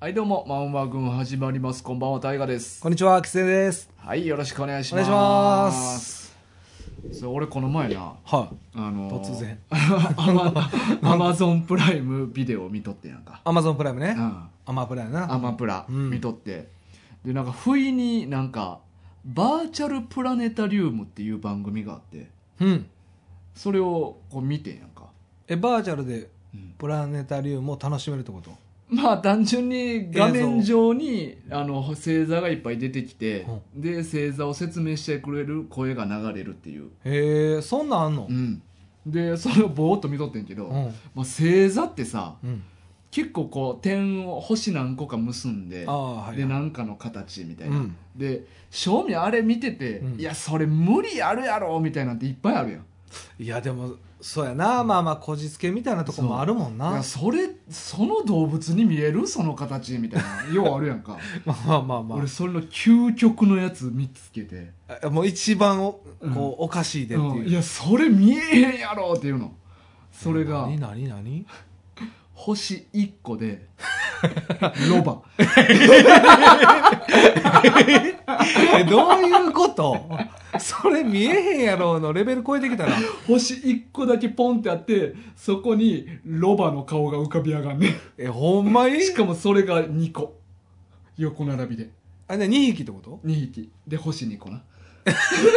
はい、どうも、マンワ軍始まります。こんばんは、大河です。こんにちは、きつねです。はい、よろしくお願いしおま願いす。します。そう、俺この前な、はあい。のー突然。。アマ、 アマゾンプライムビデオ見とってなんか。アマゾンプライムうね。ん。アマプラやな。アマプラうん見とって。で、なんか、不意になんか、バーチャルプラネタリウムっていう番組があって、うん。それをこう見てんやんか。え、バーチャルでうんプラネタリウムを楽しめるってことまあ単純に画面上にあの星座がいっぱい出てきて、で星座を説明してくれる声が流れるっていう、へえ、そんなんあんのうんでそれをぼーっと見とってんけど、うん。まあ、星座ってさうん。結構こう点を星何個か結んで、ああ、はい。でなんかの形みたいうな、ん。で正味あれ見てて、うんいやそれ無理あるやろみたいなんていっぱいあるやんいや、でも、そうやな。まあまあ、こじつけみたいなとこもあるもんいなや。それその動物に見えるその形みたいな ようあるやんかまあまあまあま俺それの究極のやつ見つけてあ。もう一番お、うんこう、おかしいでってうんいいう。やそれ見えへんやろっていうのそれが何何何 星1個でロ バえ、どういうこと それ見えへんやろうのレベル超えてきたな。星1個だけポンってあってそこにロバの顔が浮かび上がんねえ、ほんまにしかもそれが2個横並びであ、じゃあ2匹ってこと2匹で星2個な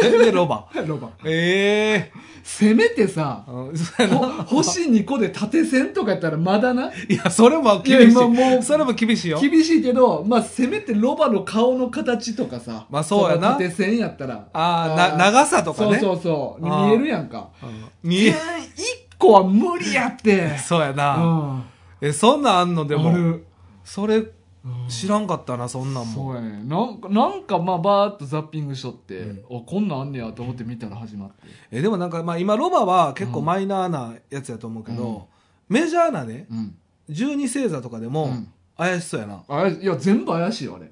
で、ロバ。ロバええせめて さうんそうやほな星2個で縦線とかやったらまだないや、それも厳しい。いや今もうそれも厳しいよ。厳しいけどまあせめてロバの顔の形とかさまあそうやなの縦線やったらああ、な、ー長さとかね。そうそうそう。あー見えるやんか。うんい見や、え、 1個は無理やって。そうやうな。ん。え、そんなんあんのであも。るそれ、うん知らんかったな、そんなんそも。うやね。なんか、なんかまあ、バーっとザッピングしとって、うあ、こんなんあんねやと思って見たら始まって。え、でもなんか、まあ今、ロバは結構マイナーなやつやと思うけうんど、メジャーなね、うん。 12星座とかでうもん、怪しそうやな。あれ、いや、全部怪しい よ、あれ。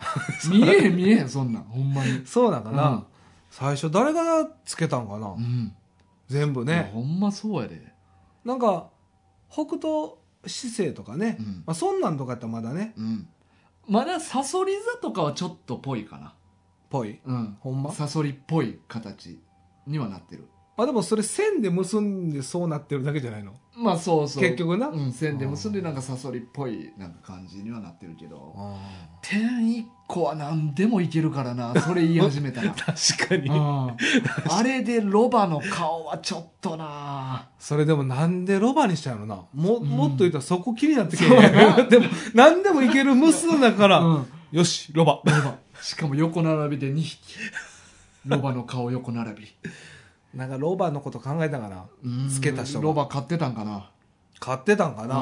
見えへん、見えへん、そんなん。ほんまに。そうなんかう。なん最初、誰がつけたんかなうん。全部いやね。ほんまそうやで。なんか、北東姿勢とかねう。ん。まあ、そんなんとかやったらまだね、うん。まだ、サソリ座とかはちょっとぽいかな。ぽい。うん。ほんまサソリっぽい形にはなってる。まあでもそれ線で結んでそうなってるだけじゃないのまあ、そうそう。結局な、うん、線で結んでなんかサソリっぽいなんか感じにはなってるけどあ点1個は何でもいけるからなそれ言い始め たらー確かうにんあれでロバの顔はちょっとなそれでもなんでロバにしたんやろなも,、うんもっと言ったらそこ気になってけえそうやな でも何でもいける無数だから、うんよしロバロバしかも横並びで2匹ロバの顔横並び、なんかロバのこと考えたんかなうんつけた人がロバ買ってたんかな買ってたんかな、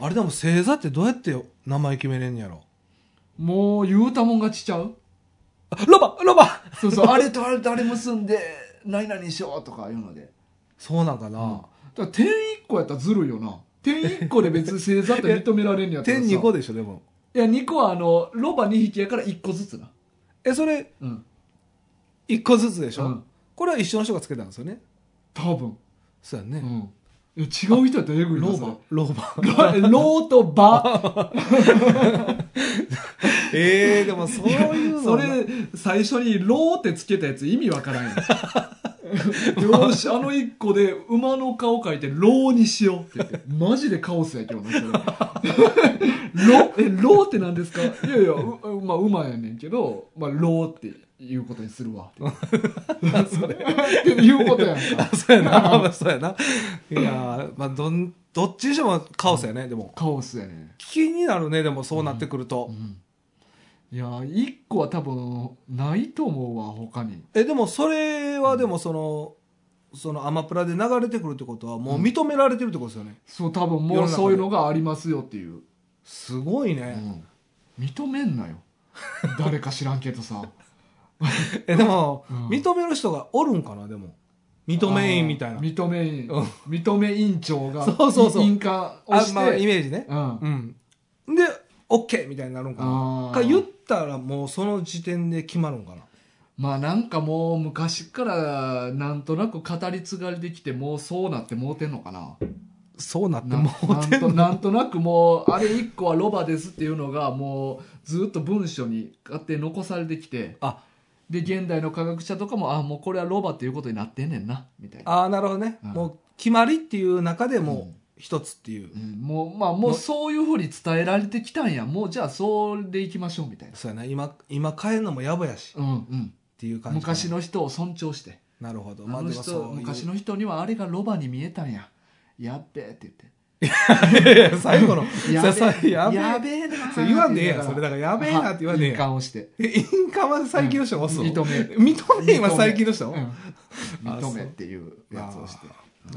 うあれでも星座ってどうやって名前決めれんやろんもう言うたもん勝ちちゃうあロバロバそうそうあれとあれとあれ結んで何々しようとかいうのでそうなんかな、あだから点1個やったらずるいよな点1個で別に星座って認められんのやったら点さ2個でしょでもいや2個はあのロバ2匹やから1個ずつなえそれうん1個ずつでしょ、うんこれは一緒の人がつけたんですよね多分そうやね、うんいや違う人やったらえぐいなロそれバロバロ ローとバ えー、でもそういうのそれ最初にローってつけたやつ意味わから んやんよしあの1個で馬の顔描いてローにしようって言ってマジでカオスやけどなそれ ロえローって何ですかいやいやうまあ馬やねんけど、まあ、ローっていうことにするわってなそれっていうことやんかあそうやなまあそうやないやーまあどんどっちにしてもカオスやね、でもカオスやね気になるねでもそうなってくると、いや1個は多分ないと思うわ他にえでもそれはでもその、そのアマプラで流れてくるってことはもう認められてるってことですよね、そう多分世ものう中でそういうのがありますよっていう、すごいうね、ん認めんなよ誰か知らんけどさえでも、うん認める人がおるんかなでも認め員みたいあなー認め員うん認め員長がそうそうそうい印鑑をあしてまあイメージねうんうんで OK みたいになるんかなあーか言ったらもうその時点で決まるんかなまあなんかもう昔からなんとなく語り継がれてきてもうそうなってもうてんのかなそうなってなもなうんてんとのなんとなくもうあれ1個はロバですっていうのがもうずっと文章に勝手に残されてきてあで現代の科学者とかもあもうこれはロバっていうことになってんねんなみたいな、あーなるほどね、うんもう決まりっていう中でうもんう一つっていう、うんもうまあもうそういうふうに伝えられてきたんやもうじゃあそれでいきましょうみたいな、そうやな今今変えるのもやぼやしっうんうん、ていう感じかな昔の人を尊重してなるほどあのでも人そういう昔の人にはあれがロバに見えたんややっべえって言っていやいや最後のやささべえやべえやべえなそれ言わんでええやんそれだからやべえなって言わんでええいいやん顔してえインカは最近の人が押すの、認 め認め今最近の人、うんあそう認めっていうやつをして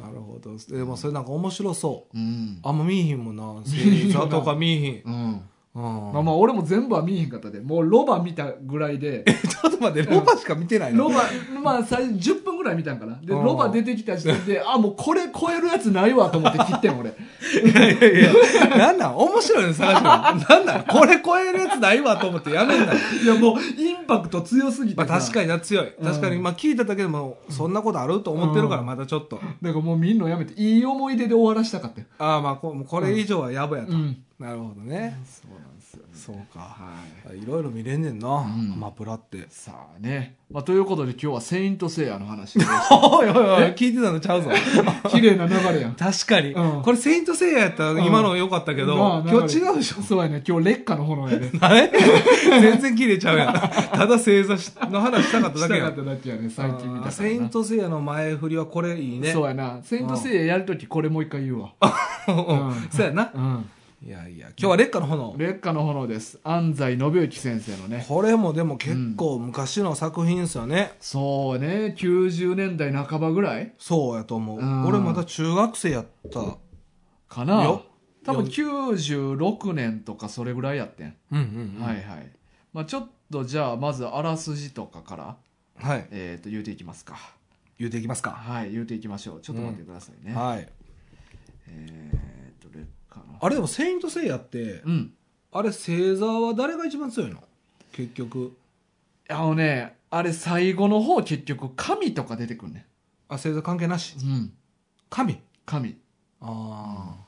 なるほどでもそれなんか面白そううんあんま見えひんもんなえひん星座とか見えひん、うんうんまあまあ俺も全部は見えへんかったでもうロバ見たぐらいでちょっと待ってロバしか見てないの、ロバまあ最初10分ぐらい見たんかなでうんロバ出てきた時点 であもうこれ超えるやつないわと思って切ってん俺いやいやいやなんなん面白いの探してるなんなんこれ超えるやつないわと思ってやめんないやもうインパクト強すぎてまあ、さ確かにな強いん確かに、まあ、聞いただけでもそんなことあると思ってるからうんまだちょっと、だからもう見んのやめていい思い出で終わらしたかったよああまあこもうこれ以上はやばやと、んなるほどね、そうなんですよねそうかはいいろいろ見れんねんな、んアマプラってさあね、まあ、ということで今日は「セイント・セイヤ」の 話をおいおいおい聞いてたのちゃうぞ 綺麗な流れやん確かに、うんこれ「セイント・セイヤ」やったら今の良かったけど、まあ今日違うでしょそうやね今日劣化の炎 やね何全然切れちゃうやんただ正座しの話したかったしだけたやかんっただけやね最近見たからあーなセイント・セイヤの前振りはこれいいねそうやな「セイント・セイヤ」やるときこれもう一回言うわ、うんうんそうやなうん、いやいや今日は劣化の炎劣化の炎です安西信之先生のねこれもでも結構昔の作品ですよね、そうね90年代半ばぐらいそうやと思う、うん俺まだ中学生やったかなよ多分96年とかそれぐらいやってん、うんうん、うん、はいはい、まあ、ちょっとじゃあまずあらすじとかから、はいえー、と言うていきますか言うていきますかはい、言うていきましょう。ちょっと待ってくださいね。はいえーっと、劣化の。あれでも「セイント・セイヤ」ってうん。あれ星座は誰が一番強いの結局あのね、あれ最後の方結局神とか出てくんねあ星座関係なしん。うん。神神。ああ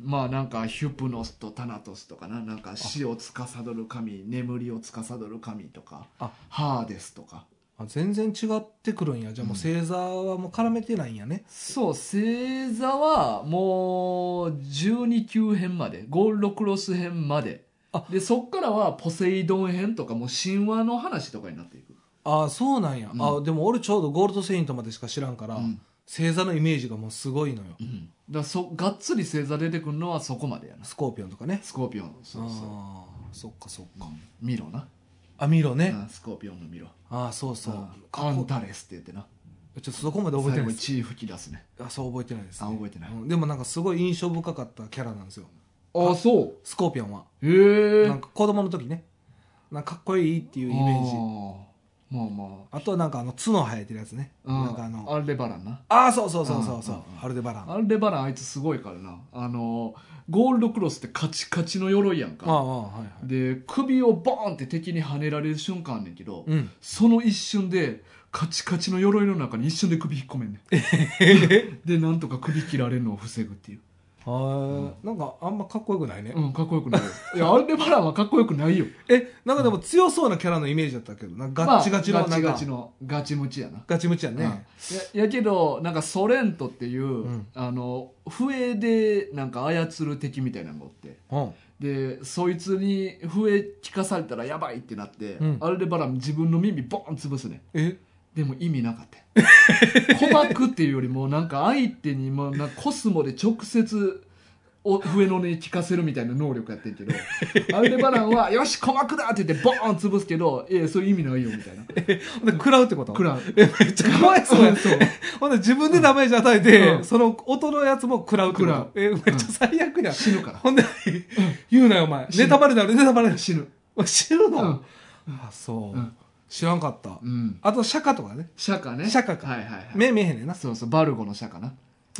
まあなんかヒュプノスとタナトスとかな、なんか死を司る神、眠りを司る神とか、あハーデスとか。あ全然違ってくるんやじゃあもう星座はもう絡めてないんやね、そう、星座はもう12級編まで、ゴールドクロス編まであ。で、そっからはポセイドン編とかもう神話の話とかになっていく。ああそうなんや、うんあでも俺ちょうどゴールド・セイントまでしか知らんから、うん星座のイメージがもうすごいのよ、うん、だからそがっつり星座出てくるのはそこまでやなスコーピオンとかねスコーピオンそうそああそっかそっうか、ミロな、あミロね、うんスコーピオンのミロああそうそう、んかカっこンタレスって言ってなちょっとそこまで覚えて最後にないです血吹き出すねあそう覚えてないです、あ覚えてないうんでもなんかすごい印象深かったキャラなんですよあそスコーピオンはうへえなんか子供の時ねなんかかっこいいっていうイメージまあまあとはなんかあの角生えてるやつね、あ、うん、なんかあのアルデバランなああそうそうそうそうそう、うんうんうんアルデバランあアルデバランあいつすごいからなあのゴールドクロスってカチカチの鎧やんあああかはいはいで首をボーンって敵に跳ねられる瞬間あんねんけど、 うん、その一瞬でカチカチの鎧の中に一瞬で首引っ込めんねんでなんとか首切られるのを防ぐっていう、はなんかあんまかっこよくないね、うん、かっこよくない よいやアルデバランはかっこよくないよえなんかでも強そうなキャラのイメージだったけどなんかガッチガチのまあガなんチか、ガチのガチムチやなガチムチやね、うんややけどなんかソレントっていう、んあの笛でなんか操る敵みたいなのがおってうんでそいつに笛聞かされたらやばいってなって、うんアルデバラン自分の耳ボーン潰すねんえでも意味なかったよ 鼓膜っていうよりもなんか相手にもうなんかコスモで直接お笛の音聞かせるみたいな能力やってんけ どアルデバランは「よし鼓膜だ!」って言ってボーン潰すけど「いやそういう意味ないよ」みたいなで食らうってことクラウえめっちゃかわいそうやんそう ほんで自分でダメージ与えて、うんその音のやつも食らうってこ食らうとえめっちゃ最悪やん、死ぬかほんで、言うなよお前死ぬネタバレだろネタバレだら死ぬろ知るの、うんあそう、うん知らんかった、うんあと釈迦とかね釈迦ね釈迦かはいはいはい目見えへんねんなそうそうバルゴの釈迦な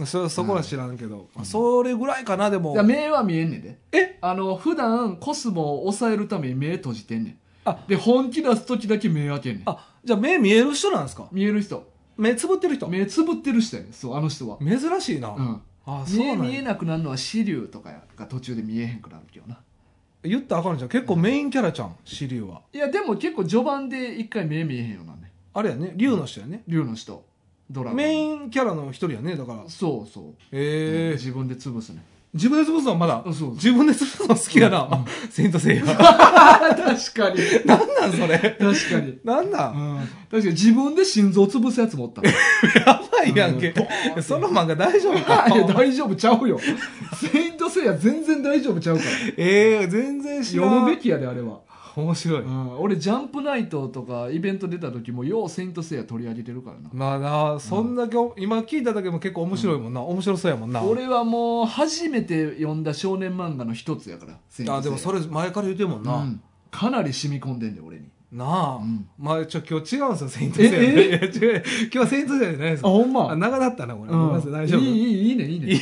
そそこは知らんけど、まあそれぐらいかなでもいや目は見えんねんでえあの普段コスモを抑えるために目閉じてんねんあで本気出す時だけ目開けんねんあじゃあ目見える人なんですか見える人目つぶってる人目つぶってる人やねんそうあの人は珍しいな、うんあそう見えなん見えやなくなるのは支流とかが途中で見えへんくなるけどな言ったらあかんじゃん結構メインキャラじゃん支流はいやでも結構序盤で一回目見えへんようになんねあれやね竜の人やね竜の人ドラゴンメインキャラの一人やねだからそうそう、ええ自分で潰す ね自分で潰すのはまだそうそう自分で潰すの好きやなセイントセイヤ確かに なんなんそれ確かになんなん確かに自分で心臓潰すやつもおったもんやばいやんうんけボーンってその漫画大丈夫か いや大丈夫ちゃうよセイントセイヤ全然大丈夫ちゃうからええ全然知ら読んむべきやであれは、面白いうん、俺ジャンプナイトとかイベント出た時もようセイントセイヤ取り上げてるからなまあなそんだけお今聞いただけでも結構面白いもんな面白そうやもんな俺はもう初めて読んだ少年漫画の一つやからセイントセイヤあでもそれ前から言うてるもんうなんかなり染み込んでんで俺になあうんまあちょ今日違うんですよセイントセイヤええいや違う今日はセイントセイヤじゃないですほんあ長だったなこれごめんなさい大丈夫いいいいいいねいいねいい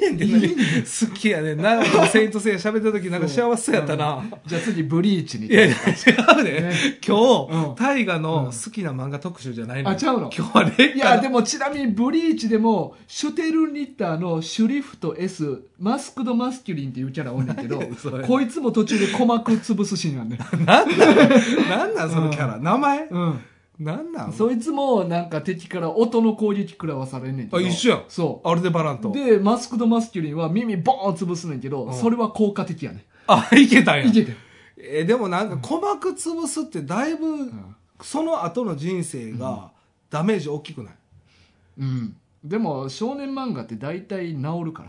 ねんでね好きやねんなセイントセイヤ喋ってる時なんか幸せそうやったなじゃあ次ブリーチにいやいや違うねねう今ん日大河うんの好きな漫画特集じゃないのあちゃうの今日はレいイやカでもちなみにブリーチでもシュテルニッターのシュリフト S マスクドマスキュリンっていうキャラおんねんけ ど何やそれこいつも途中で鼓膜潰すシーンなんねん、なんなんなんなんそのキャラ名前うん、なんなんそいつもなんか敵から音の攻撃食らわされんねんけどあ一緒やんそアルデバランうとでマスクドマスキュリンは耳ボーン潰すねんけど、うんそれは効果的やねあいけたんやいけてる、えーでもなんか鼓膜潰すってだいぶうんその後の人生がダメージ大きくないうん、でも少年漫画って大体治るから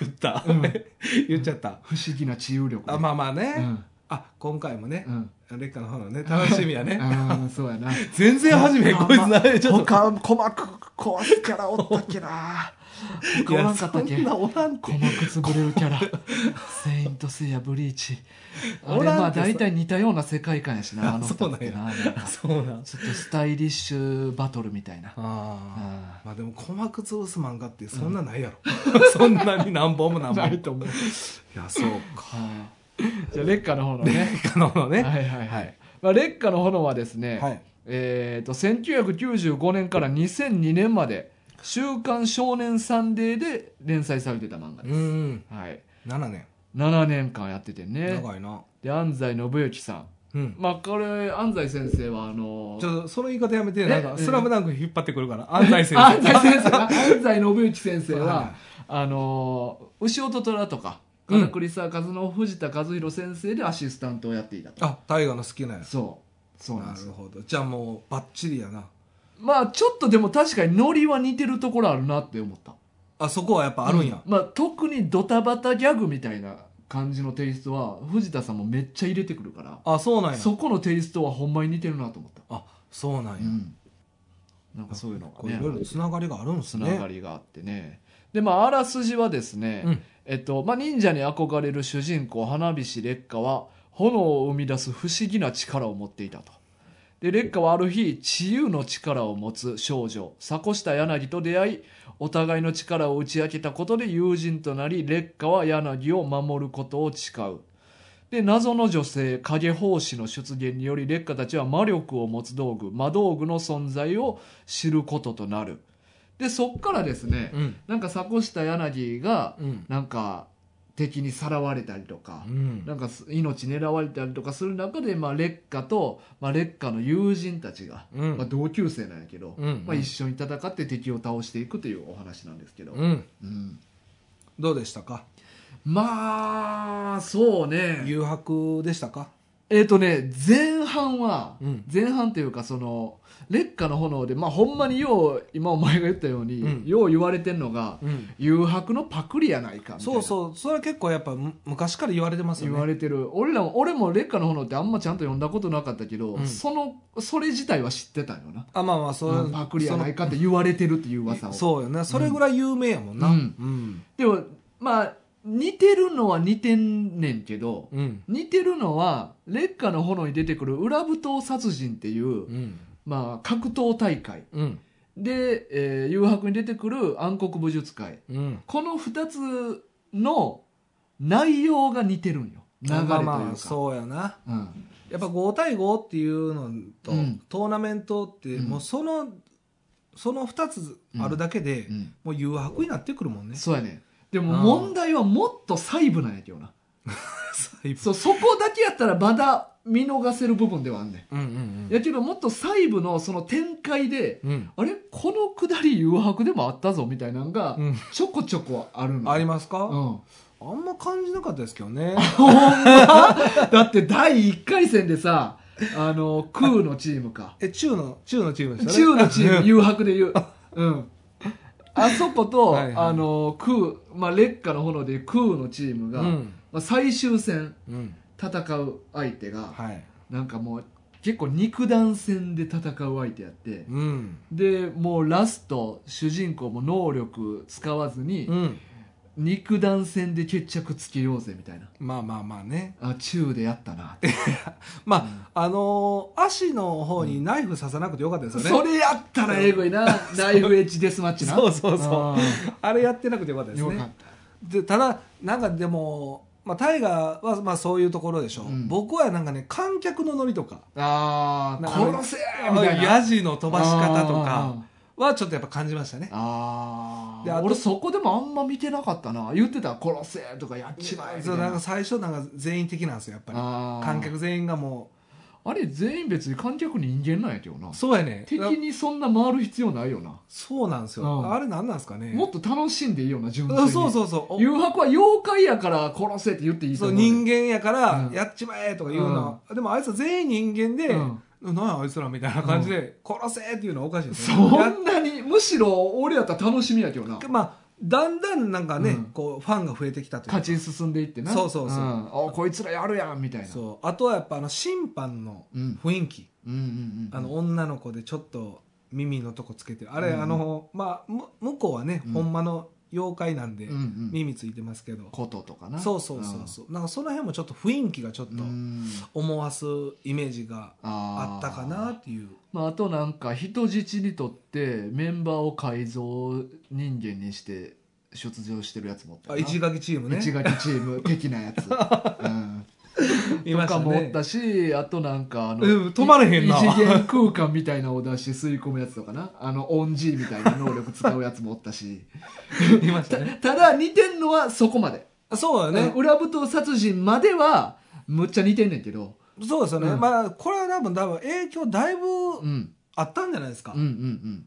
言ったうん 言っちゃった不思議な治癒力であまあまあうねんあ今回もねうん劣化の方のね楽しみ やねあーそうやな全然初めまあこいつなれちょっと他鼓膜壊すキャラおったっけな他いおらやんかったそっけんなおらんって鼓膜潰れるキャラ「セイント・セイヤ・ブリーチ」あれおらんってまあ大体似たような世界観やしなあの歌ってななんかそうなんちょっとスタイリッシュバトルみたいなあーあまあでも鼓膜潰す漫画ってそんなないやろ そんなに何本も何ー本もいと思うやそうかはいじゃあ烈火の炎ね劣化の方のねはいはいはい、まあ、烈火の炎はですね、はいえー、と1995年から2002年まで「週刊少年サンデー」で連載されてた漫画でうす、んはい、 7年7年間やっててね長いなで安西信之さんうんまあこれ安西先生はあのちょっとその言い方やめて、えなんか、えスラムダンク引っ張ってくるから、安西安先西生。先 生安西信之先生はいははあの牛音虎とかうん片栗沢和夫藤田和弘先生でアシスタントをやっていたと、あ、大河の好きなやつ。そうそうなんなでするよほど。じゃあもう、バッチリやな。まあちょっとでも確かにノリは似てるところあるなって思ったあ、そこはやっぱあるんや。まあ、特にドタバタギャグみたいな感じのテイストは藤田さんもめっちゃ入れてくるからあ、そうなんや。そこのテイストはほんまに似てるなと思った、あ、そうなんや。なんかそういうのこうがいろいねろつながりがあるんですつながね。りがあってねでまああらすじはですね、うんえっとまあ、忍者に憧れる主人公花菱烈火は炎を生み出す不思議な力を持っていたと。で烈火はある日治癒の力を持つ少女坂下柳と出会いお互いの力を打ち明けたことで友人となり烈火は柳を守ることを誓うで謎の女性影法師の出現により烈火たちは魔力を持つ道具魔道具の存在を知ることとなるでそっからですね、うん。なんか坂下柳がうん。なんか敵にさらわれたりとかう、んなんかす命狙われたりとかする中で、まあ、烈火と、まあ、烈火の友人たちが、うんまあ、同級生なんやけど、うんまあ、一緒に戦って敵を倒していくというお話なんですけど、うん。うんどうでしたかまあそうね誘白でしたかえっ、とね前半は、うん前半というかその烈火の炎で、まあ、ほんまによう今お前が言ったように、うんよう言われてんのが、うん。誘白のパクリやないかみたいそなうそう。それは結構やっぱ、む昔から言われてますよ言ね。われてる俺らも俺も「烈火の炎」ってあんまちゃんと読んだことなかったけど、うんそのそれ自体は知ってたよな、あ、まあまあ、そうんう。パクリやないか。かって言われてるっていう噂をそうよね。それぐらい有名やもんな。ううんん。でもまあ似てるのは似てんねんけど、うん。似てるのは「烈火の炎」に出てくる裏舞踏殺人っていう、うん。まあ、格闘大会うん。で、えー誘白に出てくる暗黒武術会うん。この2つの内容が似てるんよ流れというか、まあまあ、そうやな。うんやっぱ5対5っていうのと、うんトーナメントってうんもうその、その2つあるだけで、うんもう誘惑になってくるもんねそうやねでもうん問題はもっと細部なんやけどな細部そうそこだけやったらまだ見逃せる部分ではあんねうんうんんやけどもっと細部のその展開でうんうんあれこのくだり誘惑でもあったぞみたいなのがうんちょこちょこあるのありますか、うんあんま感じなかったですけどねだって第1回戦でさあの空のチームかえ中の中のチームでしたね中のチームうん誘惑で言ううんあそことはいはいあの空、まあ、劣化の炎でいう空のチームが、うん、まあ、最終戦うん、戦う相手が、はいなんかもう結構肉弾戦で戦う相手やって、うんでもうラスト主人公も能力使わずに、うん肉弾戦で決着つけようぜみたいなまあまあまあねあ中でやったなってまあ、あのー足の方にナイフ刺さなくてよかったですよね、それやったらえぐいなナイフエッジデスマッチなそうそうそうあーあれやってなくてよかったですよかねったでただなんかでも、まあ、タイガーはまあそういうところでしょう、うん僕はなんかね観客のノリとかあなんーか殺せーあみのたいなヤジの飛ばし方とかはちょっとやっぱ感じましたねあーあーであと俺そこでもあんま見てなかったな言ってた殺せーとかやっちまえみたそういなんなか最初なんか全員的なんですよやっぱりあー観客全員がもあれ全員別に観客人間なんやけどなうそうやね敵にそんな回る必要ないよな、そうなんですよ、うんあれなんなんですかねもっと楽しんでいいよな純粋うにんそうそうそうお誘惑は妖怪やから殺せって言っていいとそう思う人間やからうんやっちまえとか言うのは、でもあいつは全員人間で、うんなんやあいつらみたいな感じで殺せっていうのはおかしいですそよねやっんなにむしろ俺やったら楽しみやけどなまあだんだんなんかね、うんこうファンが増えてきたという勝ち進んでいってなそうそうそうんあこいつらやるやんみたいなそうあとはやっぱあの審判のうん雰囲気、うんうんうんあの女の子でちょっと耳のとこつけてるあれ、うんあのまあむ向こうはね、うんほんまの妖怪なんで、うんうん耳ついてますけど、こととかなそうそうそうそう、なんかその辺もちょっと雰囲気がちょっうとん思わすイメージがあーあったかなっていうまあ、あとなんか人質にとってメンバーを改造人間にして出場してるやつもおったあよな一垣チームね一垣チーム的なや つ、うん、いまとしかたもおっねたしあとなんかあの、うん止まれへんな異次元空間みたいなのを出して吸い込むやつとかなあのオン G みたいな能力使うやつもおった し いましたたねただ似てんのはそこまで、そうだよね、ね、裏舞踏殺人まではむっちゃ似てんねんけど、そうですよね、うんまあこれは多分多分影響だいぶうん、あったんじゃないですかうんうんう、ん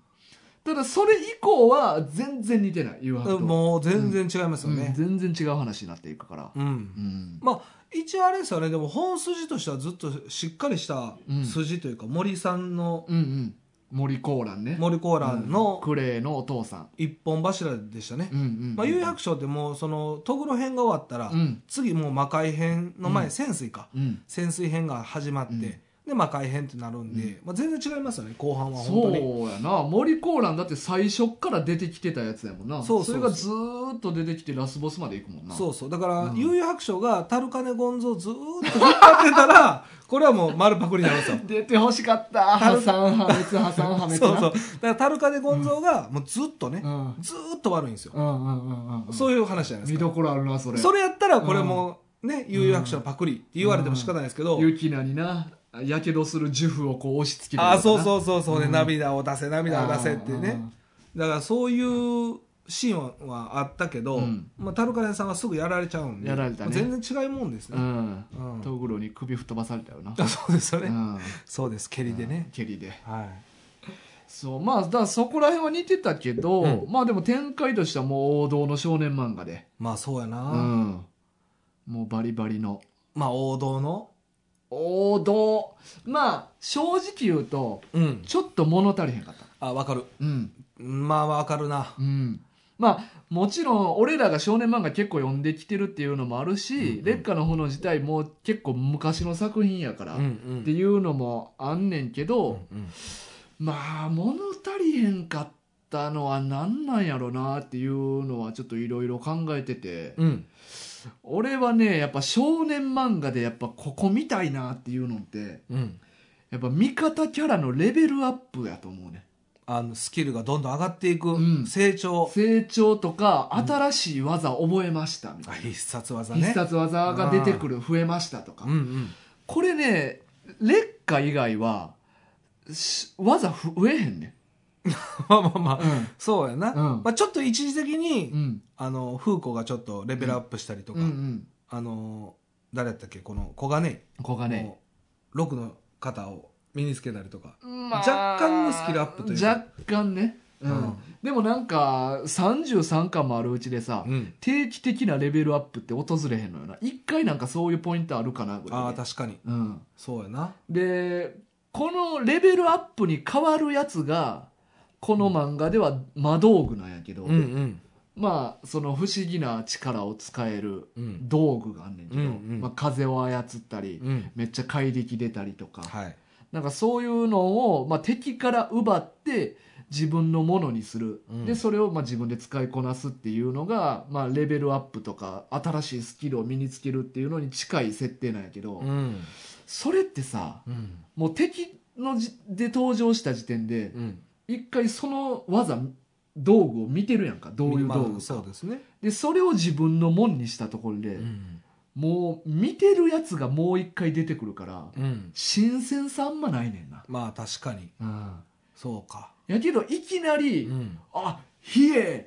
ただそれ以降は全然似てない誘惑ともう全然違いますよね、うん全然違う話になっていくから、うんうんまあ一応あれですよねでも本筋としてはずっとしっかりしたうん筋というか、森さんのうんうん、森コーランね森コーランのうんクレイのお父さん、一本柱でしたね、うんうんまあ、有楽町ってもうそのトグロ編が終わったら、うん次もう魔界編の前、うん潜水かうん潜水編が始まって、うんで魔界編ってなるんで、うんまあ、全然違いますよね後半はそ本当にうやな森コーランだって最初っから出てきてたやつやもんなそうそうそうれがずーっと出てきてラスボスまで行くもんなそうそうだから、うん悠々白書がタルカネゴンゾをずーっと引っ張ってたらこれはもう丸パクリになるんですよ出てほしか った破産破滅破産破滅なそうそうだからタルカネゴンゾがもうずっとね、うんずーっと悪いんですよ、うんうんうんうんうんそういう話じゃないで見すかどころあるなそれそれやったらこれもね悠々白書のパクリって言われても仕方ないですけど、ユキナになやけどする呪婦をこう押し付けてるあそううそうそうそうね、うん涙を出せ涙を出せってねだからそういうシーンはあったけど、うんまあ、タルカネさんはすぐやられちゃうんでやられたね全然違いもんですうんね、うんトグロに首吹っ飛ばされたよなあそうですよね、うんそうです蹴りでね、蹴りではいそうまあだからそこら辺は似てたけど、うんまあでも展開としてはもう王道の少年漫画で、まあそうやな、うん、もうバリバリのまあ王道の王道まあ正直言うとうんちょっと物足りへんかったあわかるうんまあわかるなうんまあもちろん俺らが少年漫画結構読んできてるっていうのもあるしうん「うん劣化の炎」自体も結構昔の作品やから、うんうっんていうのもあんねんけど、うんまあ物足りへんかったのは何なんやろなっていうのはちょっといろいろ考えてて、うん俺はねやっぱ少年漫画でやっぱここ見たいなっていうのってうんやっぱ味方キャラのレベルアップやと思うねあのスキルがどんどん上がっていく、うん成長成長とか新しい技覚えましたみたあい必殺技な、ね必殺技が出てくる増えましたとか、うんうんこれね劣化以外はし技ふ増えへんねまあまあまあ、うんそうやな、うんまあ、ちょっと一時的に、うんあの風子がちょっとレベルアップしたりとか、うんうんあの誰やったっけこの小金小井金井のロックの肩を身につけたりとかまあ若干のスキルアップというか若干ね、うんうんでもなんか33巻もあるうちでさ、うん定期的なレベルアップって訪れへんのよな一回なんかそういうポイントあるかなぐらいああで確かにうん、そうやなでこのレベルアップに変わるやつがこの漫画では魔道具なんやけど、んまあその不思議な力を使えるうん道具があんねんけど、うんうんまあ、風を操ったり、うんめっちゃ怪力出たりとか、はいなんかそういうのを、まあ、敵から奪って自分のものにする、うんでそれをまあ自分で使いこなすっていうのが、まあ、レベルアップとか新しいスキルを身につけるっていうのに近い設定なんやけど、んそれってさうんもう敵のじで登場した時点でうん一回その技道具を見てるやんかどういう道具まあか、そうですねでそれを自分のもんにしたところで、うんもう見てるやつがもう一回出てくるからうん新鮮さあんまないねんな。まあ確かにうんそうかやけどいきなり、んあ比叡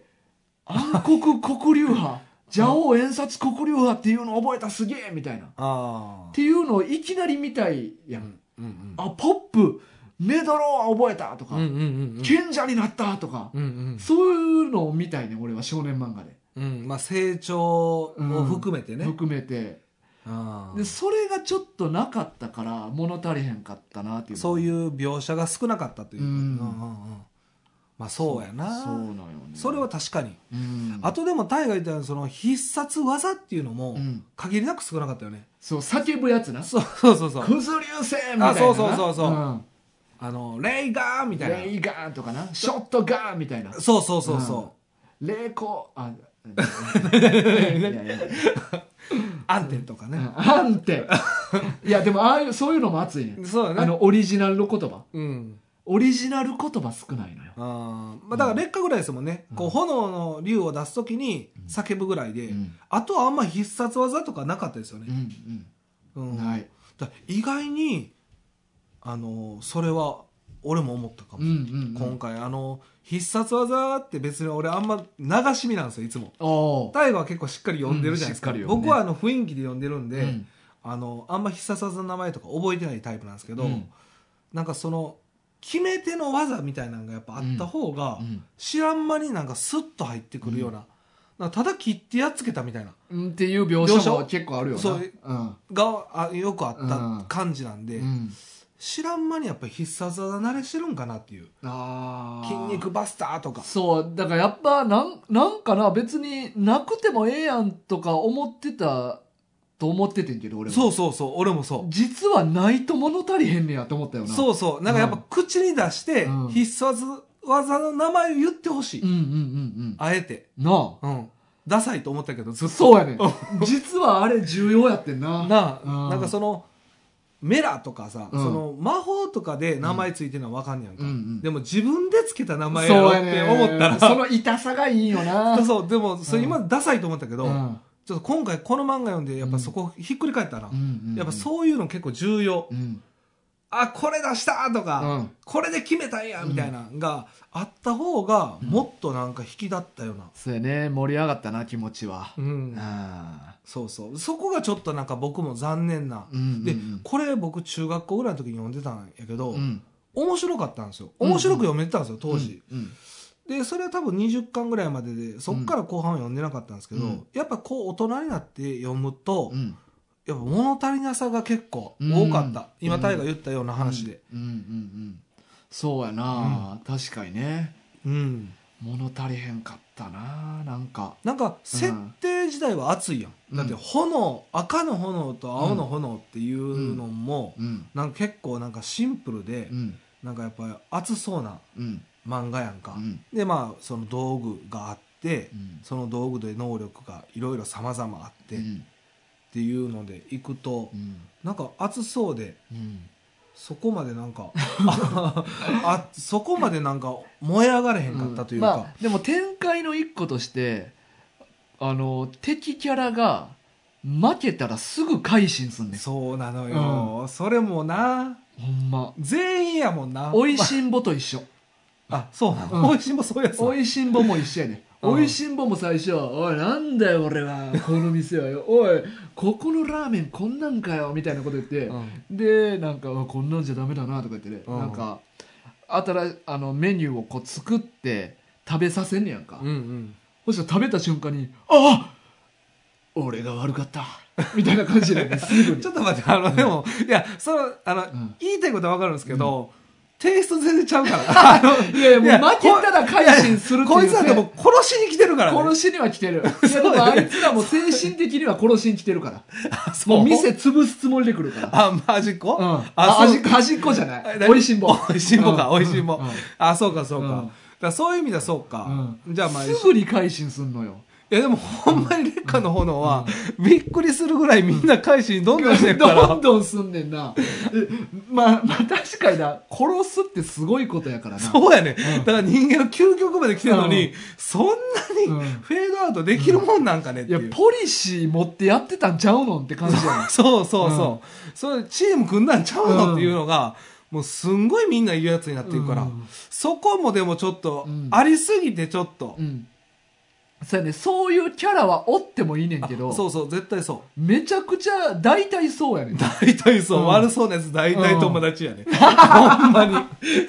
暗黒黒竜 派蛇王演殺黒竜派っていうの覚えたすげえみたいなっああていうのをいきなり見たいやん、うんうんあポップメドローは覚えたとか、うんうんうん賢者になったとか、うんうんそういうのを見たいね俺は少年漫画でうんまあ成長を含めてね含めてあーでそれがちょっとなかったから物足りへんかったなっていうそうういう描写が少なかったというかうんうんうんうんまあそうやなそうなんよねそれは、確かにうんあとでも大河みたいなその必殺技っていうのうもん限りなく少なかったよねそう叫ぶやつなそうそうそうそうクズ流星みたいななあそうそうそうそうんあのレイガーみたいなレイガーンとかなショットガーンみたいなそうそうそうそ霊光あいやいやいやうアンテンとかうねんアンテいやでもああいうそういうのも熱いねそうあだねのオリジナルの言葉うんオリジナル言葉少ないのよあーまあだから劣化ぐらいですもんねこう炎の竜を出す時に叫ぶぐらいでうんあとはあんま必殺技とかなかったですようねんうんうんないだから意外にあのそれは俺も思ったかも、うんうんうん今回あの必殺技って別に俺あんま流し見なんですよいつもおー大河は結構しっかり読んでるじゃないですか,、うんしっかり読んで僕はあの雰囲気で読んでるんで、うんあのあんま必殺技の名前とか覚えてないタイプなんですけど、うんなんかその決め手の技みたいなのがやっぱあった方が、うん知らん間になんかスッと入ってくるような,、なんかただ切ってやっつけたみたいなうんっていう描写描も写結構あるよなそううんがあよくあうっんた感じなんで、うん知らん間にやっぱ必殺技慣れしてるんかなっていうあー筋肉バスターとかそうだからやっぱなんなんかな別になくてもええやんとか思ってたと思っててんけど俺はそうそうそう俺もそ実はないと物足りへんねやと思ったようなうそうそうなんかやっぱ口に出してうん必殺技の名前を言ってほしい、うんうんうんあえてうんなうんダサいと思ったけどずあっとそうやねんう実はあれ重要やってんななあうんなんかそのメラとかさ、うんその魔法とかで名前ついてるのは分かんねやんか、うんうんでも自分でつけた名前やろそうっやてねん思ったらその痛さがいいよなそうでもそれ今ダサいと思ったけど、うんちょっと今回この漫画読んでやっぱそこひっくり返ったな、うんうんやっぱそういうの結構重要、うんあこれ出したとうか、んこれで決めたんやみたいなのがあった方がもっとなんか引き立ったような、そうやね盛り上がったな気持ちはうんあそうそうそこがちょっとなんか僕も残念な、ーうんでうんこれ僕中学校ぐらいの時に読んでたんやけど、うん面白かったんですようん面白く読めてたんですよ当時、うんでそれは多分20巻ぐらいまででそっから後半は読んでなかったんですけど、うんやっぱこう大人になって読むと、うんやっぱ物足りなさが結構多かった、うん今大が言ったような話で、うんうんうんうんそうやな、確かにねうん物足りへんかったななんかなんか設定自体は熱いやん、うんだって炎赤の炎と青の炎っていうのも、うんなんか結構なんかシンプルで、うんなんかやっぱり熱そうなうん漫画やんか、うんでまあその道具があって、うんその道具で能力がいろいろ様々あって、うっんていうのでいくと、うんなんか熱そうでうんそこまでなんか ああそこまでなんか燃え上がれへんかったというか、まあでも展開の一個としてあの敵キャラが負けたらすぐ改心すんねんそうなのよ、それもなほんま全員やもんなおいしんぼと一緒あそうなうんのおいしんぼそうやつなおいしんぼも一緒やねうんおいしんぼも最初「おいなんだよ俺はこの店はよおいここのラーメンこんなんかよ」みたいなこと言って、うんでなんかうわ「こんなんじゃダメだな」とか言ってね、うんなんか新しあのメニューをこう作って食べさせんねやんか、うんうんそしたら食べた瞬間に「ああ俺が悪かった」みたいな感じで、ね、すぐにちょっと待ってあのでもいやそのあのん言いたいことは分かるんですけどテイスト全然ちゃうからあの いやいいややもう負けたら改心するっていうこいつなんてもう殺しに来てるからね殺しには来てる。いやでもあいつらも精神的には殺しに来てるから。あそうもう店潰すつもりで来るから。あマジっ子うん。あ、あ端そうっこ、端っこじゃない。何おいしんぼ。おいしんぼかうおいしんぼうんあそうかそうかうんだからそういう意味ではそうかうんじゃあまあいすぐに改心すんのよ。やでもほんまに烈火の炎はびっくりするぐらいみんな返しにどん どんしてるかどらんどんすんねんな。えまあ、まあ確かにな、殺すってすごいことやからな。そうやねうんだから人間の究極まで来てるのうにそんなうんにフェードアウトできるもんなんかねっいていや、うポリシー持ってやってたんちゃうのんって感じやねん。そうそうそうそれチーム組んだんちゃううんのっていうのがもうすんごいみんな言うやつになっていくかうらんそこもでもちょっとうんありすぎてちょっとうん。そうやね、そういうキャラはおってもいいねんあけど、そうそう絶対そうめちゃくちゃ、大体そうやねん。大体そう、うん悪そうなやつ大体友達やね、ほんまに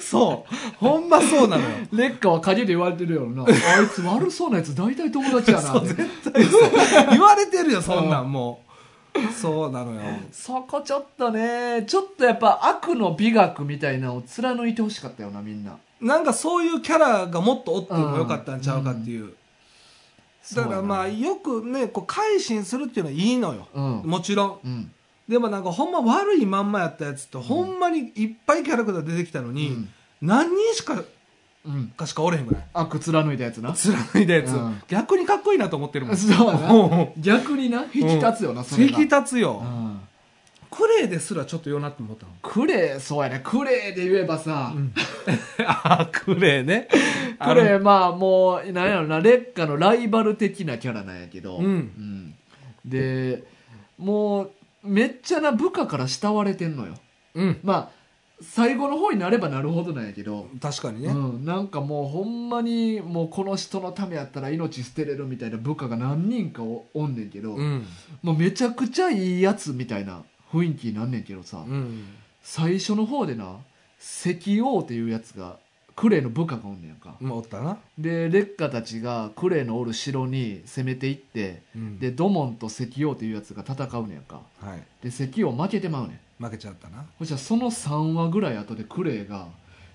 そうほんまそうなのよ劣化は陰で言われてるやろなあいつ悪そうなやつ大体友達やな そう絶対そう言われてるよそんなんもうそうなのよそこちょっとねちょっとやっぱ悪の美学みたいなのを貫いてほしかったよなみんななんかそういうキャラがもっとおってもよかったんちゃうかっていう、だからまあそうよくねこう改心するっていうのはいいのよ、やなうんもちろんうんでもなんかほんま悪いまんまやったやつってほんまにいっぱいキャラクター出てきたのに、うん何人しかうんかしかおれへんぐらい悪貫いたや つな貫いたやつ、うん逆にかっこいいなと思ってるもんそうやうなん逆にな引き立つよな、それ引がき立つうよ、んクレイですらちょっとよなって思ったのクレイそうやねクレイで言えばさ、 あクレイねクレイまあもうなんやろな劣化のライバル的なキャラなんやけど、うんうんでもうめっちゃな部下から慕われてんのようんまあ最後の方になればなるほどなんやけど、確かにね、うん、なんかもうほんまにもうこの人のためやったら命捨てれるみたいな部下が何人かおおんねんけど、うんもうめちゃくちゃいいやつみたいな雰囲気になんねんけどさ、うん最初の方でな石王っていうやつがクレイの部下がおんねんやんか、まあおったな、で劣化たちがクレイのおる城に攻めていってでで、ドモンと石王っていうやつが戦うねんやんかはい、で石王負けてまうねん負けちゃったなそしたらその3話ぐらい後でクレイが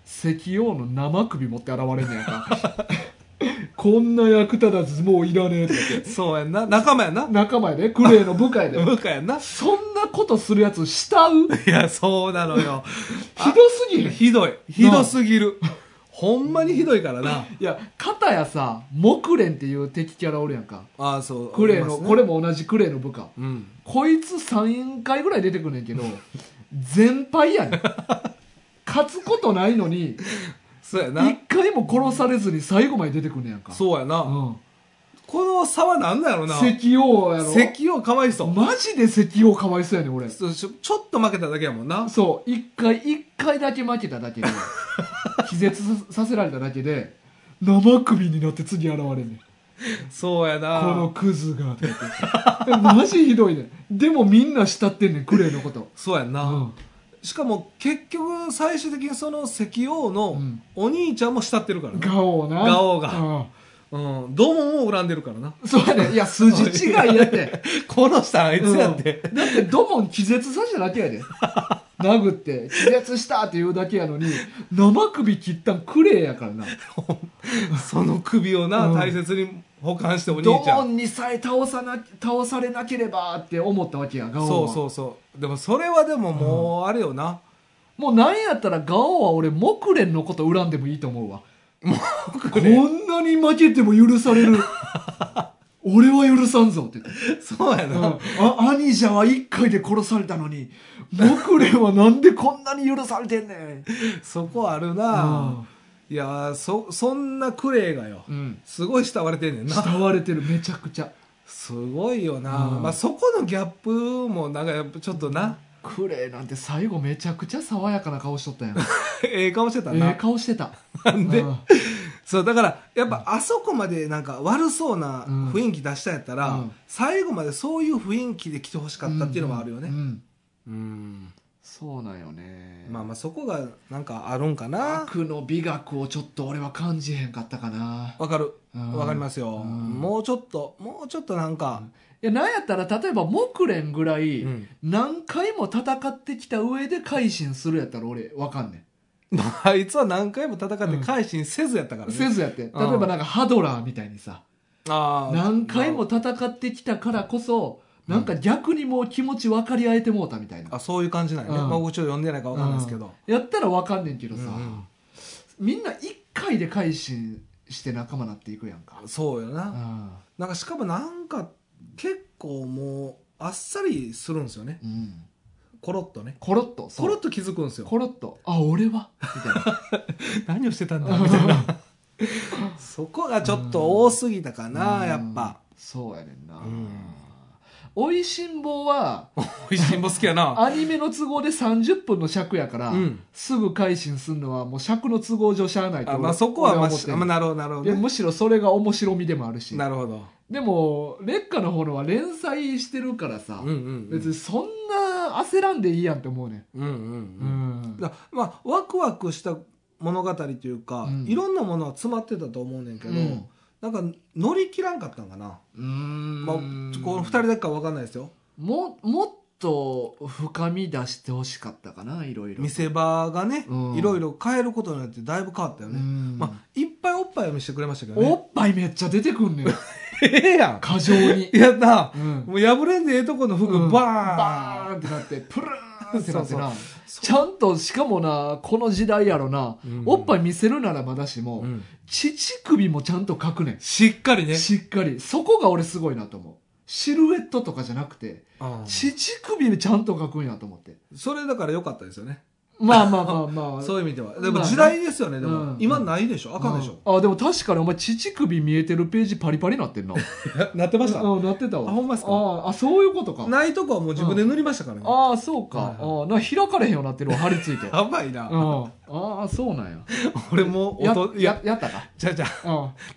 石王の生首持って現れんねんやんかこんな役立たずもういらねえとか言ってそうやんな仲間やな仲間やでクレイの部下やで部下やんなそんなことするやつ慕ういやそうなのよひどすぎるひどいひどすぎるほんまにひどいからないや片やさ木蓮っていう敵キャラおるやんかああそうクレイの、これもも同じクレイの部下うんこいつ3回ぐらい出てくんねんけど全敗やねん勝つことないのにそうやな1回も殺されずに最後まで出てくんねやんかそうやな、うんこの差は何だろうな石王やろ石をかわいそうマジで石王かわいそうやねん俺そうちょちょっと負けただけやもんなそう一回一回だけ負けただ けで気絶させられただけで生首になって次現れんねんそうやこなのクズがとか言って マジひどいねんでもみんな慕ってんねんクレイのことそうやんな、うんしかも結局最終的にその石王うのんお兄ちゃんも慕ってるからな、ガオなガオがうんうん、ドモンを恨んでるか らなそうやねいや筋違いやって殺したんあいつやって、うんだってドモン気絶させただけやで 殴って気絶したっていうだけやのに生首切ったんクレイやからなその首をな、うん大切に保管しておド兄ちゃモんンにさえ倒さな倒されなければって思ったわけやガオはそうそうそうでもそれはでももうあれよな、もうなんやったらガオは俺モクレンのこと恨んでもいいと思うわこレンんなに負けても許さ れる俺は許さんぞって言ってそうやな、あアニジャは1回で殺されたのにモクレンはなんでこんなに許されてんねんそこあるな、いやーそそんなクレイがよ、うんすごい慕われてんねんな慕われてるめちゃくちゃすごいよな、うんまあ、そこのギャップもなんかやっぱちょっ となクレイなんて最後めちゃくちゃ爽やかな顔しとったやんえええ顔してたな、え顔してたなんであそうだからやっぱあそこまでなんか悪そうな雰囲気出したんやったら、うん最後までそういう雰囲気で来てほしかーったっていうのもあるよねうんうんうん、そうなんよねまあまあそこがなんかあるんかな悪の美学をちょっと俺は感じへんかったかなわかるうんわかりますよ、うんもうちょっともうちょっとなんか、いやなんやったら例えば木蓮ぐらい、うん 何回も戦ってきた上で改心するやったら俺わかんねあいつは何回も戦って改心せずやったかん、らね、せずやって例えばなんかハドラーみたいにさあー何回も戦ってきたからこそなんか逆にもう気持ち分かり合えてもうたみたいなあそういう感じなんやね、うんまあ、僕ちょっと読んでないからわかんないですけど、やったらわかんねんけどうさ、んみんな一回で改心して仲間なっていくやんかうん、そうよな、うんなんかしかもなんか結構もうあっさりするんですよねうんコロッとねコロッとそうコロッと気づくんですよコロッとあ俺はみたいな何をしてたんだみたいな そこがちょっと多すぎたかなうんやっぱそうやねんな、うんおいしんぼは美味しんぼ好きやなアニメの都合で30分の尺やから、うんすぐ改心するのはもう尺の都合上しゃあないと あ俺まあそこは俺まあ思ってんまあなるほどなるほいやどねむしろそれが面白みでもあるしなるほどでも劣化の方のは連載してるからさ、うんうん別にそんな焦らんでいいやんって思うねうんうんん、うんだまあワクワクした物語というかうんいろんなものは詰まってたと思うねんけどうんなんか乗り切らんかったんかなうんまあこの2人だけか分かんないですよももっと深み出してほしかったかないろいろ見せ場がね、うんいろいろ変えることによってだいぶ変わったよね、うんまあいっぱいおっぱいを見せてくれましたけどおねっぱいめっちゃ出てくんねんええや過剰にい、 やなうんもう破れんでええとこの服、バーンバーンってなってプルーンってなってなそうちゃんとしかもなこの時代やろな、うんおっぱい見せるならまだしも、うん乳首もちゃんと描くねんしっかりねしっかりそこが俺すごいなと思うシルエットとかじゃなくてうん乳首ちゃんと描くんやと思ってそれだから良かったですよねまあまあまあまあ そういう意味ではでまあもね時代ですよね、でも、うん今ないでしょあかんでしょ、うんあでも確かにお前乳首見えてるページパリパリなってんななってました、うんなってたわあほんまっすかああそういうことかないとこはもう自分で塗りましたからね、ああそうか、はいはああなんか開かれへんようになってるわ張り 付いてうんやばいあな、あそうなんや俺もうや音いやややったかじゃあじゃうあ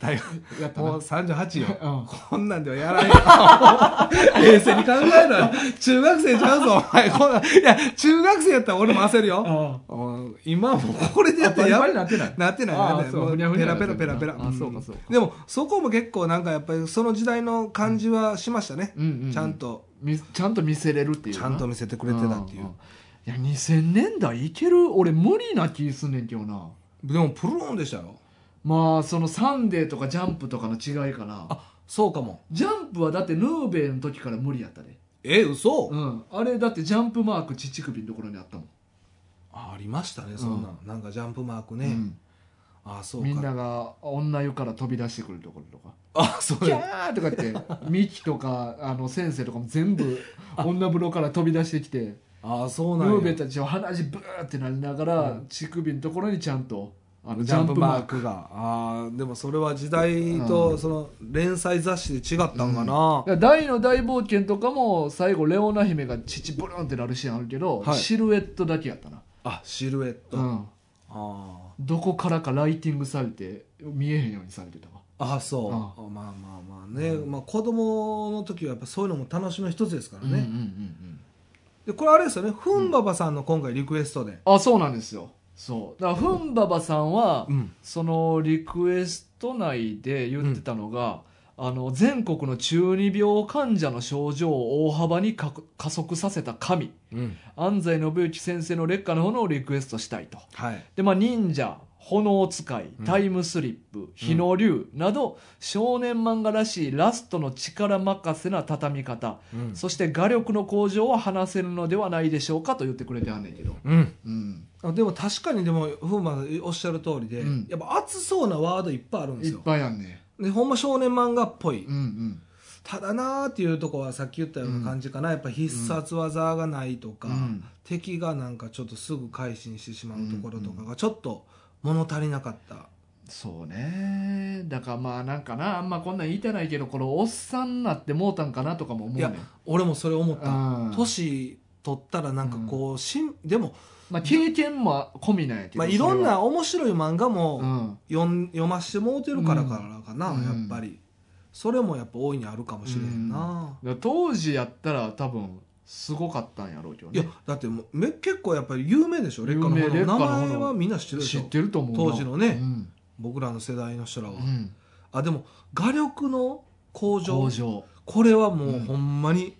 んやったなもう38ようんこんなんではやらへんよ。 冷静に考えろよ。中学生ちゃうぞ、お前。こんないや、中学生やったら俺も焦るよ。あうん今はもうこれでやってやあバばリバリいなってないなってないあなってないそうもふにゃふにペゃラなペラペラペラあそうかそうかでもそこも結構なんかやっぱりその時代の感じはしましたね、うんうんうんちゃんとみちゃんと見せれるっていうちなゃんと見せてくれてたっていう、んんいや2000年代いける俺無理な気すんねんけどなでもプルーンでしたよまあその「サンデー」とか「ジャンプ」とかの違いかなあそうかもジャンプはだってヌーベイの時から無理やったねえ嘘、うんあれだってジャンプマーク乳首のところにあったもん、ありましたねそんなん、なんかジャンプマークね、うんあそうかみんなが女湯から飛び出してくるところと かあそ「うキやャー!」とか言ってミキとかあの先生とかも全部女風呂から飛び出してきてあそうムなんやーベたちを鼻血ブーってなりながら、うん乳首のところにちゃんとあのジジャャンンププママーーククがあーでもそれは時代うとんその連載雑誌で違ったんだかな、から大の大冒険とかも最後レオナ姫が乳ブルンってなるシーンあるけど、はいシルエットだけやったな、あシルエット、うあん、あどこからかライティングされて見えへんようにされてたわあうそうんあまあまあまあね、まあ、子供の時はやっぱそういうのも楽しみの一つですからね、うんうんうんでこれあれですよねふんばばさんの今回リクエストで、うんあそうなんですよそうだからフンババさんは、うんそのリクエスト内で言ってたのが、あの全国の中二病患者の症状を大幅に加速加速させた神安西信之先生の劣化の炎をリクエストしたいとはいで、まあ、忍者炎使いうんタイムスリップ火の竜など少年漫画らしいラストの力任せな畳み方うんそして画力の向上を話せるのではないでしょうかと言ってくれてはんねんけど、うん、あでも確かにでもふんばばおっしゃる通りで、うんやっぱ熱そうなワードいっぱいあるんでいすっよぱいあんねでほんま少年漫画っぽい、んうんただなーっていうとこはさっき言ったような感じかな、やっぱ必殺技がないとか、うん敵がなんかちょっとすぐ改心してしまうところとかがちょっと物足りなかった、そうねだからまあなんかなあんまこんなん言いたないけどこのおっさんになってもうたんかなとかも思ういねやん俺もそれ思ったうん年取ったらなんかこう、しんでもまあ経験も込みなんやけどまあ、いろんそれはな面白い漫画も、うん読ん読ましてもうてるからからかな、うんやっぱりそれもやっぱ大いにあるかもしれへんな、だから当時やったら多分すごかったんやろうけどいやねだってもうめ結構やっぱり有名でしょ劣化の有名炎烈火名の炎前はみんな知ってるでし知ょってると思うな当時のねうん僕らの世代の人らは、うんあでも画力の向上工場これはもううんほんまに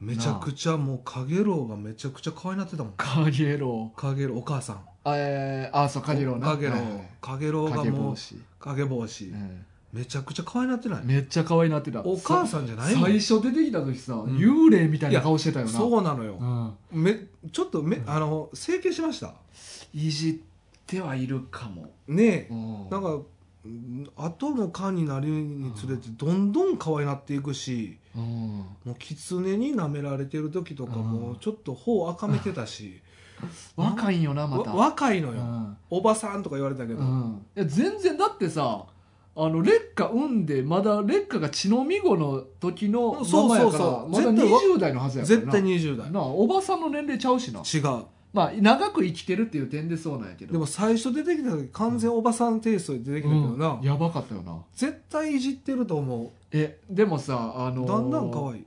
めちゃくちゃもう影郎がめちゃくちゃ可愛いなってたもんかげろ影郎お母さんうえーあそうかげろうな影郎影郎かがげも帽う子影帽子、うんめちゃくちゃ可愛いなってないめっちゃ可愛いなってたお母さんじゃないもん最初出てきた時さん幽霊みたいな顔してたよなそうなのよ、うんめちょっとめ、うんあの整形しましたいじってはいるかもねえ、ななんかうん後の間になるにつれてどんどん可愛なっていくしもう狐に舐められてる時とかうんもうちょっと頬赤めてたし、若いんよなまたわ若いのうよ、んおばさんとか言われたけど、うんいや全然だってさあの劣化産んでまだ劣化が血のみごの時のそ名う前やそうかそらうまだ絶対わ20代のはずやからな絶対20代なあおばさんの年齢ちゃうしな違うまあ長く生きてるっていう点でそうなんやけどでも最初出てきた時完全おばさんテイストで出てきたけどな、うんやばかったよな絶対いじってると思えでもさあうのだんだん可愛い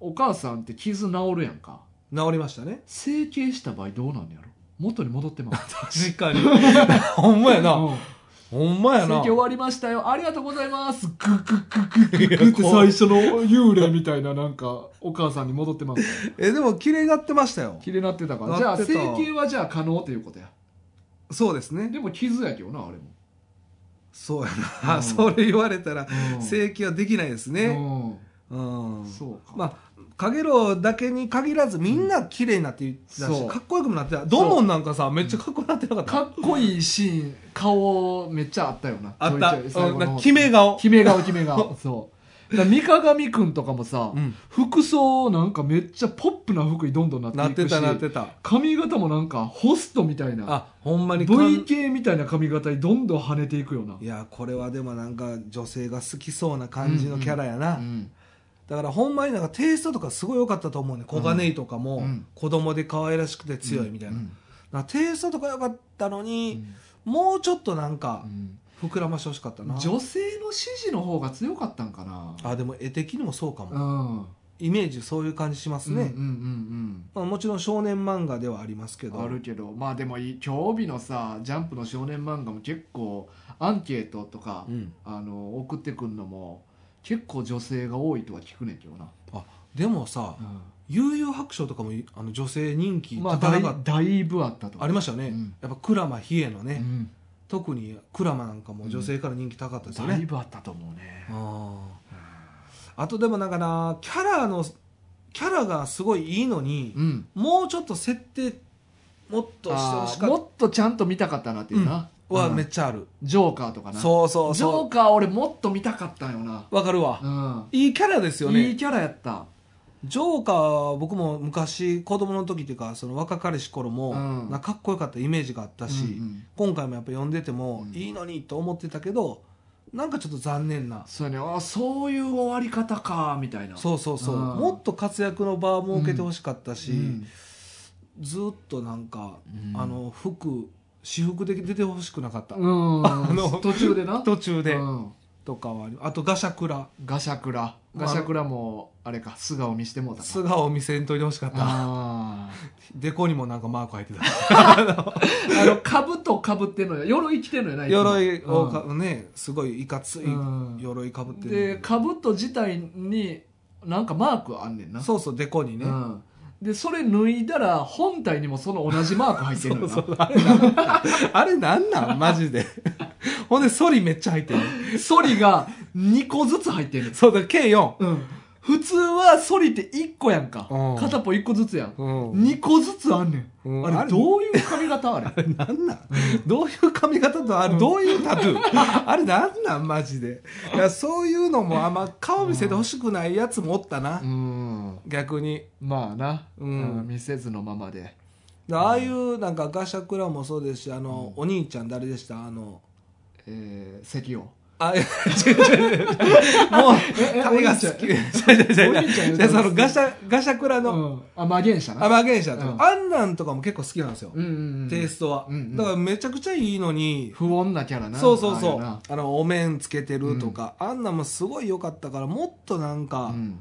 お母さんって傷治るやんか治りましたね整形した場合どうなんのやろ元に戻ってまう確かに ほんまやな、うんほんまや整な形終わりましたよありがとうございますグッグッグッグッグッグッっていや最初の幽霊みたいななんかお母さんに戻ってますえでも綺麗がってましたよ綺麗になってたからじゃなあってた整形はじゃあ可能ということやそうですねでも傷やけどなあれも、そうやな、うん それ言われたらうん整形はできないですねうん、うんそうか、まあ影ろだけに限らずみんな綺麗になっていったし、そうかっこよくもなってたドモンなんかさめっちゃかっこよくなってなかった、かっこいいシーン顔めっちゃあったよなあったちょいちょい最後の方決め顔、決め顔決め顔そうだから三鏡君とかもさ、うん服装なんかめっちゃポップな服にどんどんななっっていてくしたなってた髪型もなんかホストみたいなあほんまにかん V 系みたいな髪型にどんどん跳ねていくよないやこれはでもなんか女性が好きそうな感じのキャラやな、うんだからほんまになんかテイストとかすごい良かったと思うね小金井とかうもん子供で可愛らしくて強いみたいな,、うんなんかテイストとか良かったのうに、んもうちょっとなんか、うん膨らましてほしかったな女性の支持の方が強かったんかなあでも絵的にもそうかも、うんイメージそういう感じしますね、うんうんうんまあ、もちろん少年漫画ではありますけうどんあるけどまあでもい今日日のさジャンプの少年漫画も結構アンケートとか、うんあの送ってくんのも結構女性が多いとは聞くねんけどな、でもさ「悠々白書」とかもあの女性人気まあ高かだっいた、だいぶあったとありましたよね、うんやっぱ鞍馬比叡のね、うん特に鞍馬なんかも女性から人気高かったですよだいね、ぶあったと思うねあーあとでもなんかなキャラのキャラがすごいいいのに、うんもうちょっと設定もっとしてほしあーかもっっとちゃんと見たかったなっていうな、たはうんめっちゃある、ジョーカーとかなそうそうジョそーカー俺もっと見たかったんよなうわかるわ、うんいいキャラですよねいいキャラやったジョーカーは僕も昔子供の時っていうかその若かりし頃も、うんなんかかっこよかったイメージがあったし、うんうん今回もやっぱ読んでても、うんいいのにと思ってたけどなんかちょっと残念なそうやねあそういう終わり方かみたいなそうそうそう、うんもっと活躍の場を設けてほしかったし、うんずっとなんか、うんあの服私服で出てほしくなかった、うんあの途中でな途中で、うんとかはありあとガシャクラガシャクラガシャクラもあれか素顔見してもうたか素顔見せんといてほしかったあデコにもなんかマーク入ってたーあの兜かぶってんのよ鎧着てんのよないつも鎧をか、ねすごいいかついうん鎧かぶってるで兜自体になんかマークあんねんなそうそうデコにね、うん、でそれ脱いだら本体にもその同じマーク入ってるの よなあれなん あれなんなんマジで ほんでソリめっちゃ入ってるソリが2個ずつ入ってるそうだ計4うん普通はソリって1個やんかうん片っぽ1個ずつやんうん2個ずつあんねん、うんああれれどういう髪型あれ なんなんどういう髪型とあれどういうタトゥーあれなんなんマジでいやそういうのもあんま顔見せてほしくないやつもおったな、ん逆にまあな、うん見せずのままでああいうなんかガシャクラもそうですしあの、お兄ちゃん誰でしたあのえー、席をあ、いや違う違う違う。 もええう、髪が好き。お違う違うお兄ちゃん言違う。う じたゃらそのガシャ、ガシャクラの、うん、あマゲン社なアマゲンシャとうんか、あんなんとかも結構好きなんですよう。んうんうん、テイストはうんうん。だからめちゃくちゃいいのに、不穏なキャラなそうそうそああいうなう。あの、お面つけてるとか、あんなんもすごい良かったから、もっとなんうか、ん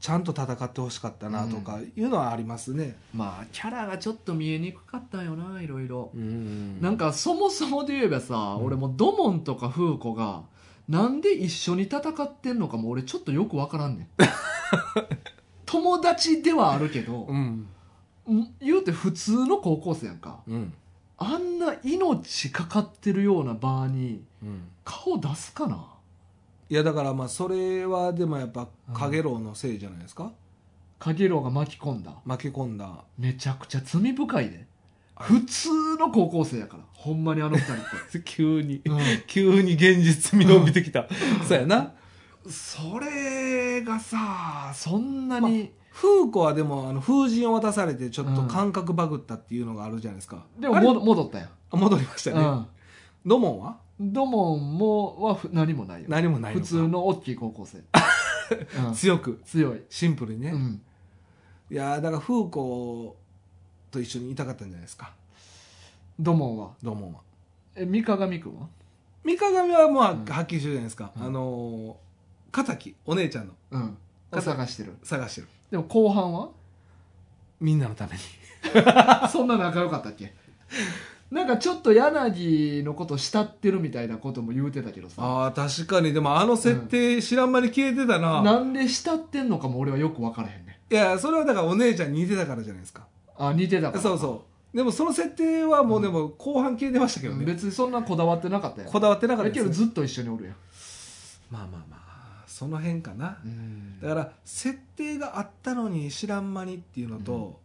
ちゃんと戦ってほしかったなとか、いうのはありますね。まあキャラがちょっと見えにくかったよないろいろ、ななん、かそもそもで言えばさ、うん俺もドモンとかフーコがなんで一緒に戦ってんのかも俺ちょっとよくわから んねん友達ではあるけどう、ん。ん言うて普通の高校生やんかうん。あんな命かかってるような場にうん。顔出すかないや、だからまあ、それはでもやっぱ、かげろうのせいじゃないですか。影郎が巻き込んだ巻き込んだ。めちゃくちゃ罪深いであ普通の高校生やからほんまにあの二人って、 急に。う急に現実味を帯びてきた。 そうやな。んそれがさそんなに、フーコはでもあの風神を渡されてちょっと感覚バグったっていうのがあるじゃないですか、でもあれも戻ったやんあ戻りましたね、ドモンはうん、ドモンもはふ何もないよ何もない普のか通の大きい高 校生、うん強く強い、シンプルにね、うん、いやーだからフーコと一緒にいたかったんじゃないですかドモンはドモンはえ三鏡君は三鏡はまあ、うんはっきりしてるじゃないですか、うんあのー、敵お姉ちゃんのうんを探してる探してるでも後半 はみんなのためにそんな仲良かったっけなんかちょっと柳のこと慕ってるみたいなことも言うてたけどさああ確かにでもあの設定知らん間に消えてたな、なんで慕ってんのかも俺はよく分からへんねいやそれはだからお姉ちゃんに似てたからじゃないですかあ似てたからそうそうでもその設定はもうでも後半消えてましたけどね、別にそんなこだわってなかったよこだわってなかっただでけす、どね、ずっと一緒におるやんまあまあまあその辺かなう、んだから設定があったのに知らん間にっていうのと、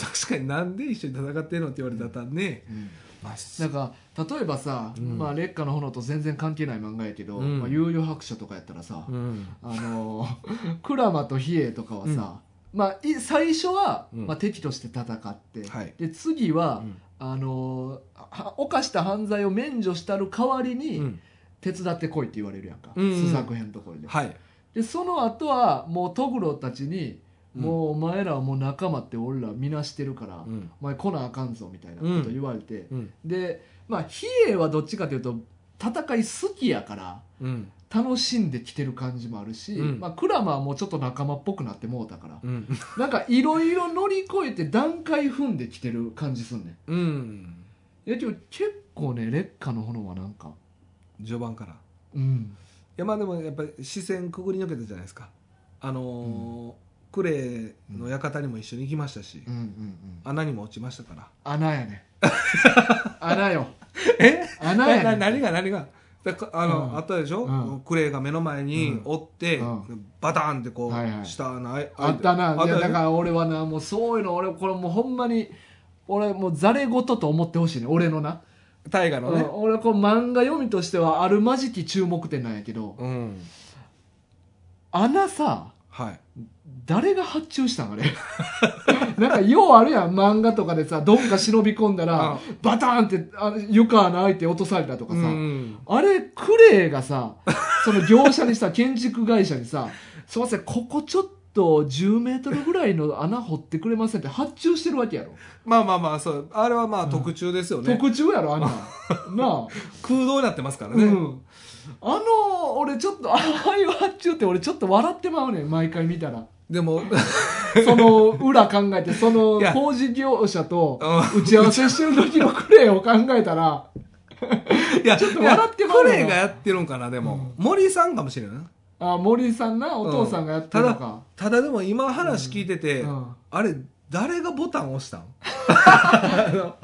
確かになんで一緒に戦ってんのって言われたらね、うんまあなんか例えばさ、うんまあ、烈火の炎と全然関係ない漫画やけど、うんまあ、幽遊白書とかやったらさ、うんあのー クラマと比叡とかはさ、まあ、い最初は、うんまあ、敵として戦って、はいで次は、うんあのーは犯した犯罪を免除したる代わりに、うん手伝ってこいって言われるやんか、うんうん須作編のところで,、はいでその後はもうトグロたちに、うんもうお前らはもう仲間って俺らみなしてるから、うんお前来なあかんぞみたいなこと言われて、うんでまあ比叡はどっちかというと戦い好きやからうん楽しんできてる感じもあるし、うんまあ、クラマーもちょっと仲間っぽくなってもうたから、うんなんかいろいろ乗り越えて段階踏んできてる感じすんねうんんいやけど結構ね劣化の炎はなんか序盤からいうんやまあでもやっぱり視線くぐり抜けたじゃないですかあのークレイの館にも一緒に行きましたし、うんうんうん穴にも落ちましたから穴や ね穴よえ穴やねな何が何がだかあの、うんあったでしょ、うんクレイが目の前におって、うんバタンってこう、はいはい下のあいあったあなったいやよだねから俺はなもうそういうの俺これもうほんまに俺もうざれ言と思ってほしいね俺のな大河のうねん、俺こう漫画読みとしてはあるまじき注目点なんやけどうん穴さはい誰が発注 したんあれなんかようあるやん漫画とかでさどっか忍び込んだらバターンってあの床穴開いて落とされたとかさ、うんあれクレイがさその業者にさ 建築会社にさ「すいませんここちょっと10メートルぐらいの穴掘ってくれません」って発注してるわけやろ、まあまあまあそうあれはまあ特注ですよね、特注や ろあんなんなあ空洞になってますからね、うん、あの俺ちょっとああいう発注って俺ちょっと笑ってまうねん毎回見たら でもその裏考えてそのいや工事業者とう打ち合わせしてる時のクレイを考えたらいやちょっと笑ってまういなやクレイがやってるんかなでも、森さんかもしれないあ森さんなお父さんがやってるのか、ただでも今話聞いてて、うんうんあれ誰がボタン押し たんあの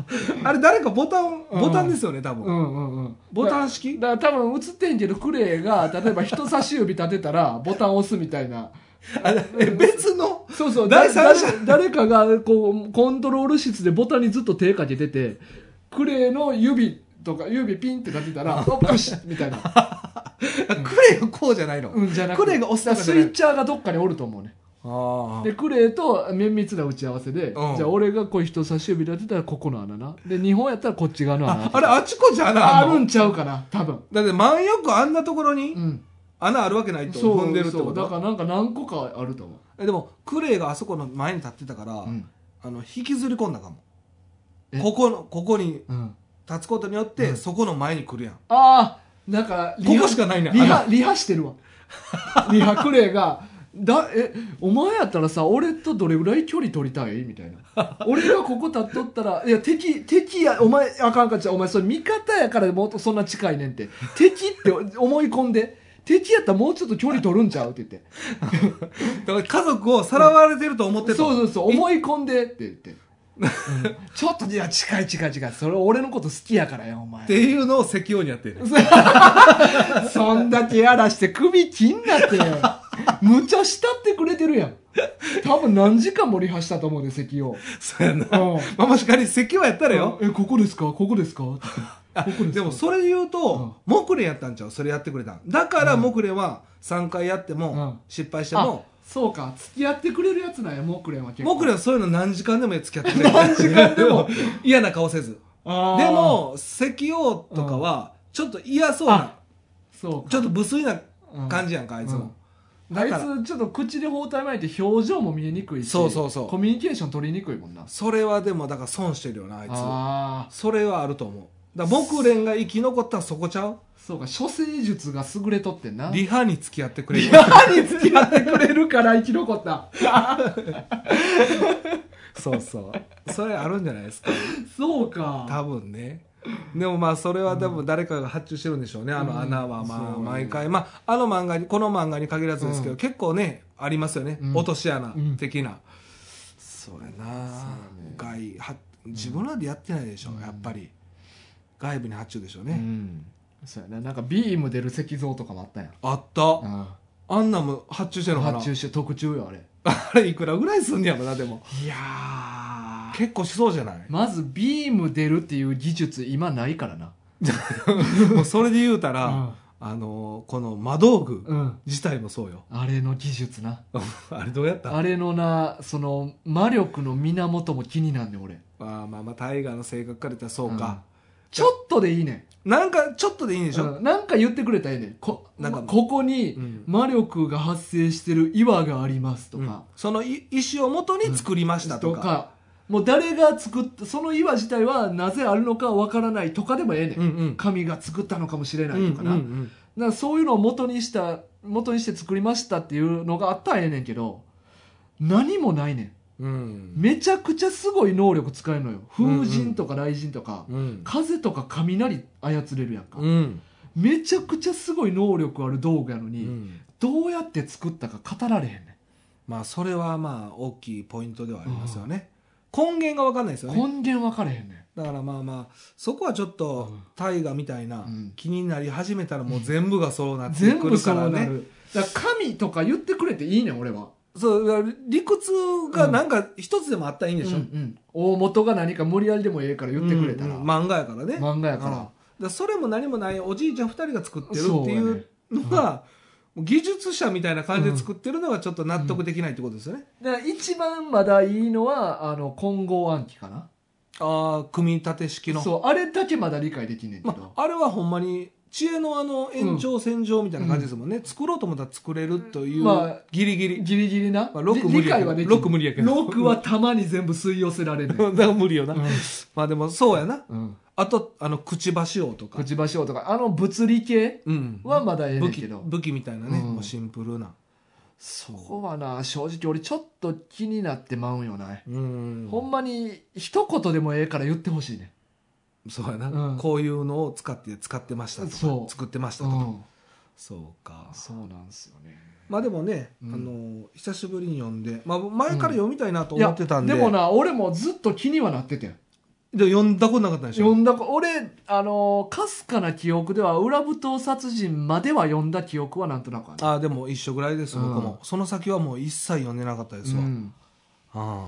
あれ誰かボタンボタンですよね多分、うんうんうんボタン式だから多分映ってんけどクレイが例えば人差し指立てたらボタン押すみたいなあえ別のそうそう第三者だ誰かがこうコントロール室でボタンにずっと手かけててクレイの指とか指ピンって立てたら「おプシッ」みたいなクレイがこうじゃないの、うんじゃなくクレイが押すとかじゃスなイいッチャーがどっかにおると思うねあでクレイと綿密な打ち合わせで、うんじゃあ俺がこう人差し指でやってたらここの穴なで日本やったらこっち側の穴ああれあちこち穴ああんのるんちゃうかな多分だって万よくあんなところうにん穴あるわけないとそう踏んでるってそこうだかとらなんか何個かあると思う、えでもクレイがあそこの前に立ってたから、うんあの引きずり込んだかもえここのここにうん、立つことによって、うんそこの前に来るやんああなんかリハここしかないねんリ穴ハリハしてる わリハクレイがだえお前やったらさ俺とどれぐらい距離取りたいみたいな俺がここ立っとったらいや敵敵やお前あかんかちゃうお前それ味方やからもっとそんな近いねんって敵って思い込んで敵やったらもうちょっと距離取るんちゃうって言ってだから家族をさらわれてると思ってた、そうそうそう思い込んでって言って、 うんちょっといや近い近い近いそれ俺のこと好きやからやお前っていうのを石油にやってる そんだけやらして首切んなって。むちゃしたってくれてるやん。多分何時間もリハしたと思うね、席を。そうやなうんまあもし仮に石油はやったらよ、え、ここですかここですかあここですでもそれ言うと、モクレンやったんちゃうそれやってくれたんだからモクレンは3回やっても、うん失敗してあも、そうか。付き合ってくれるやつなんや、モクレンは結構。モクレンはそういうの何時間でも付き合ってくれ何時間でも 嫌な顔せずあーで、も石油とかはちょっと嫌そうあなそうちょっと無粋な感じ。じやんかあいつも、うんあいだからつ、ちょっと口で包帯巻いて表情も見えにくいし、そうそうそうコミュニケーション取りにくいもんな。それはでもだから損してるよなあいつああ、それはあると思うだから木蓮が生き残ったらそこちゃうそうか。処世術が優れとってんな。リハに付き合ってくれリるハに付き合ってくれるから生き残った。そうそうそれあるんじゃないですか そうか。多分ねでもまあそれは多分誰かが発注してるんでしょうね、あうんの穴はそうまあね毎回、まああの漫画にこの漫画に限らずですけど、うん結構ねありますよね、うん落とし穴うん的な、そうやなそう外は自分らでやってないでしょ、うんやっぱり外部に発注でしょううね、ん。そうやな。なんかビーム出る石像とかもあったやん。あったあんなんも発注してるのかな発注して特注よ、あれ。あれいくらぐらいすんねやろなでもいやー。結構しそうじ ゃないまずビーム出るっていう技術今ないからな。もうそれで言うたら、あのこの魔道具うん。うん。自体もそうよあれの技術な。あれどうやったあれのな、その、魔力の源も気になんねん、俺。まあまあまあ大河の性格から言ったらそうか、ちょっとでいいねなんかちょっとでいいんでん。しょ、うんなんか言ってくれたらええねん。こ、なんかここにうん魔力が発生してる岩がありますとうんか。そのい意思をもとに作りましたととか,、かもう誰が作ったその岩自体はなぜあるのかわからないとかでもええねん、うんうん神が作ったのかもしれなうんいとかな,、うんうだかんらそういうのを元にした元にして作りましたっていうのがあったらええねんけど何もないねんうんめちゃくちゃすごい能力使えるのよ風神とか雷神とか、うん風とか雷操れるやんか、うんめちゃくちゃすごい能力ある道具やのうに、んどうやって作ったか語られへんねまあそれはまあ大きいポイントではありますよね、根源が分かんないですよんね根源分かれへんねんだからまあまあそこはちょっとうん大河みたいなうん気になり始めたらもう全部がそうなって全く部るそからうなね、るだから神とか言ってくれていいねん俺はそうだから理屈がなんか一つでもあったらいいんでしょ、うんうん大元が何か無理やりでもええから言ってくれたら、うんうん漫画やからね漫画やだからかそれも何もないおじいちゃん2人が作ってるそうってやねいうのが、もう技術者みたいな感じで作ってるのがちょっと納得できないってことですよね、らだから一番まだいいのはあの混合暗記かなああ組み立て式のそうあれだけまだ理解できんねんけどま、あれはほんまに知恵のあの延長線上みたいな感じですもんね、作ろうと思ったら作れるという、まあギリギリギリギリな、まあ六り無理理や解けどはでき六無理やけど6はたまに全部吸い寄せられる、 だから無理よな、うんまあでもそうやなうん、あとあのくちばし王とかく、ちばし王とかあの物理系うん、はまだええね武ん器けど武器みたいなね、うんもうシンプルなそこはな正直俺ちょっと気になってまうんよな、うんほんまに一言でもええから言ってほしいねんそうやな、うんこういうのを使って使ってましたとかそう作ってましたうとか、ん、そうかそうなんですよねまあでもね、うんあの久しぶりに読んで、まあ、前から読みたいなと思ってたんで、いやでもな俺もずっと気にはなっててんで読んだことなかったでし読ょんだこ俺あのかすかな記憶では裏舞踏殺人までは読んだ記憶はなんとなくあるああでも一緒ぐらいです僕も、うその先はもう一切読んでなかったですうわ、ん、だかあ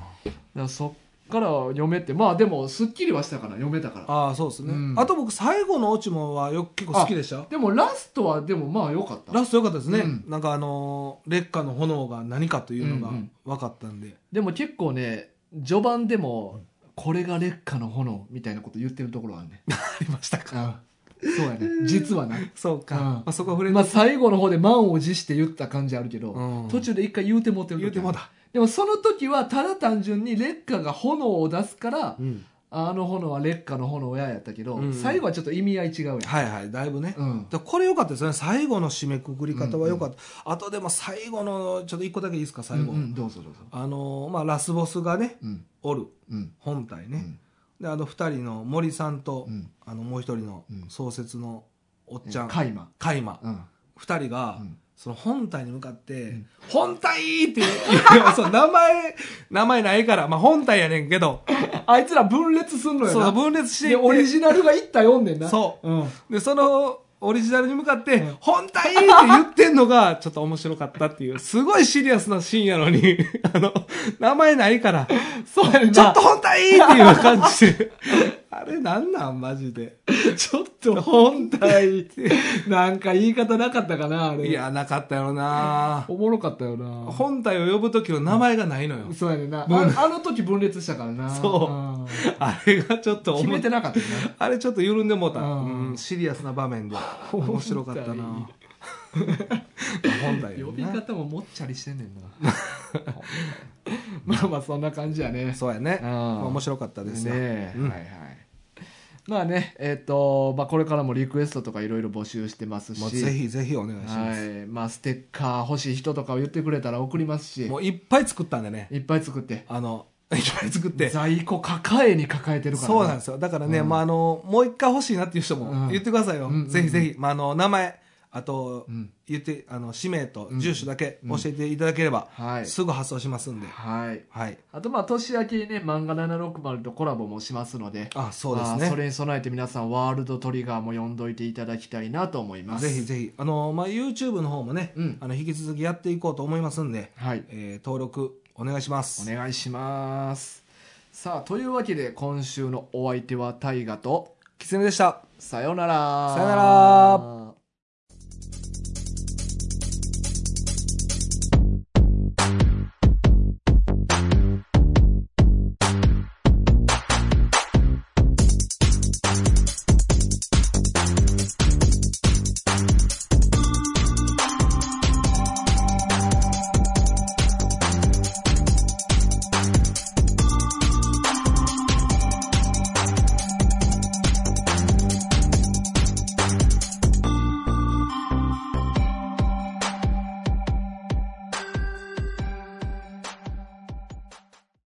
あらそから読めてまあでもすっきりはしたから読めたからああそうですね、うんあと僕最後のオチもはよ結構好きでしたよでもラストはでもまあ良かったラスト良かったですね、うんなんかあのー烈火の炎が何かというのがうん分かったんで、でも結構ね序盤でもこれが烈火の炎みたいなこと言ってるところはねありましたかそうやね実はなそうか、うんまあ、そこは触れままあ最後の方で満を持して言った感じあるけど、うん途中で一回言うてもってる時言うてもだ、でもその時はただ単純に烈火が炎を出すから、あの炎は烈火の炎ややったけど、うん最後はちょっと意味合い違うやん、はいはいだいぶね、うんでこれ良かったですね最後の締めくくり方は良かった、あとでも最後のちょっと一個だけいいですか最後、うんうんどうぞどうぞあのーまあラスボスがねうんおるうん本体うね、んであの二人の森さんと、うんあのもう一人のうん創設のおっちゃん、カイマカイマうん二人が、うんその本体に向かって「ん本体!」って言う いやそう名前名前ないから、まあ、本体やねんけどあいつら分裂すんのよそうな分裂していでオリジナルが一体おんねんな、そううん、でそのオリジナルに向かってうん「本体!」って言ってんのが ちょっと面白かったっていうすごいシリアスなシーンやのに あの名前ないから「そうやねんなちょっと本体!」っていう感 じであれなんなんマジでちょっと 本体 なんか言い方なかったかなあれいやなかったよなおもろかったよな本体を呼ぶ時の名前がないのよそうやねんなあもうあの時分裂したからなそうんあれがちょっと決思っめてなかったよなあれちょっと緩んでもうた、うんうんシリアスな場面で面白かったな 本体や呼んびな方ももっちゃりしてんねん なまあまあそんな感じやねそうやね、うんまあ面白かったですよ、ねえうんはいはいまあねえっ、と、まあ、これからもリクエストとかいろいろ募集してますし、もうぜひぜひお願いしまはす、いまあ、ステッカー欲しい人とかを言ってくれたら送りますしもういっぱい作ったんでねいっぱい作ってあの いっぱい作って在庫抱えに抱えてるからなそうなんですよだからね、うんまあ、あのもう一回欲しいなっていう人うんも言ってくださいよ、うんぜひぜひ、まあ、あの名前あと、うん言ってあの氏名とうん住所だけ教えていただければ、はい、すぐ発送しますんで、はい、はい、あとまあ年明けにね漫画760とコラボもしますのであそうですまあねそれに備えて皆さんワールドトリガーも読んどいていただきたいなと思いますぜひぜひあの、まあ、YouTube の方もね、うんあの引き続きやっていこうと思いますんで、はいえー登録お願いします、お願いしますさあというわけで今週のお相手は大ガとキツネでしたさよならさよなら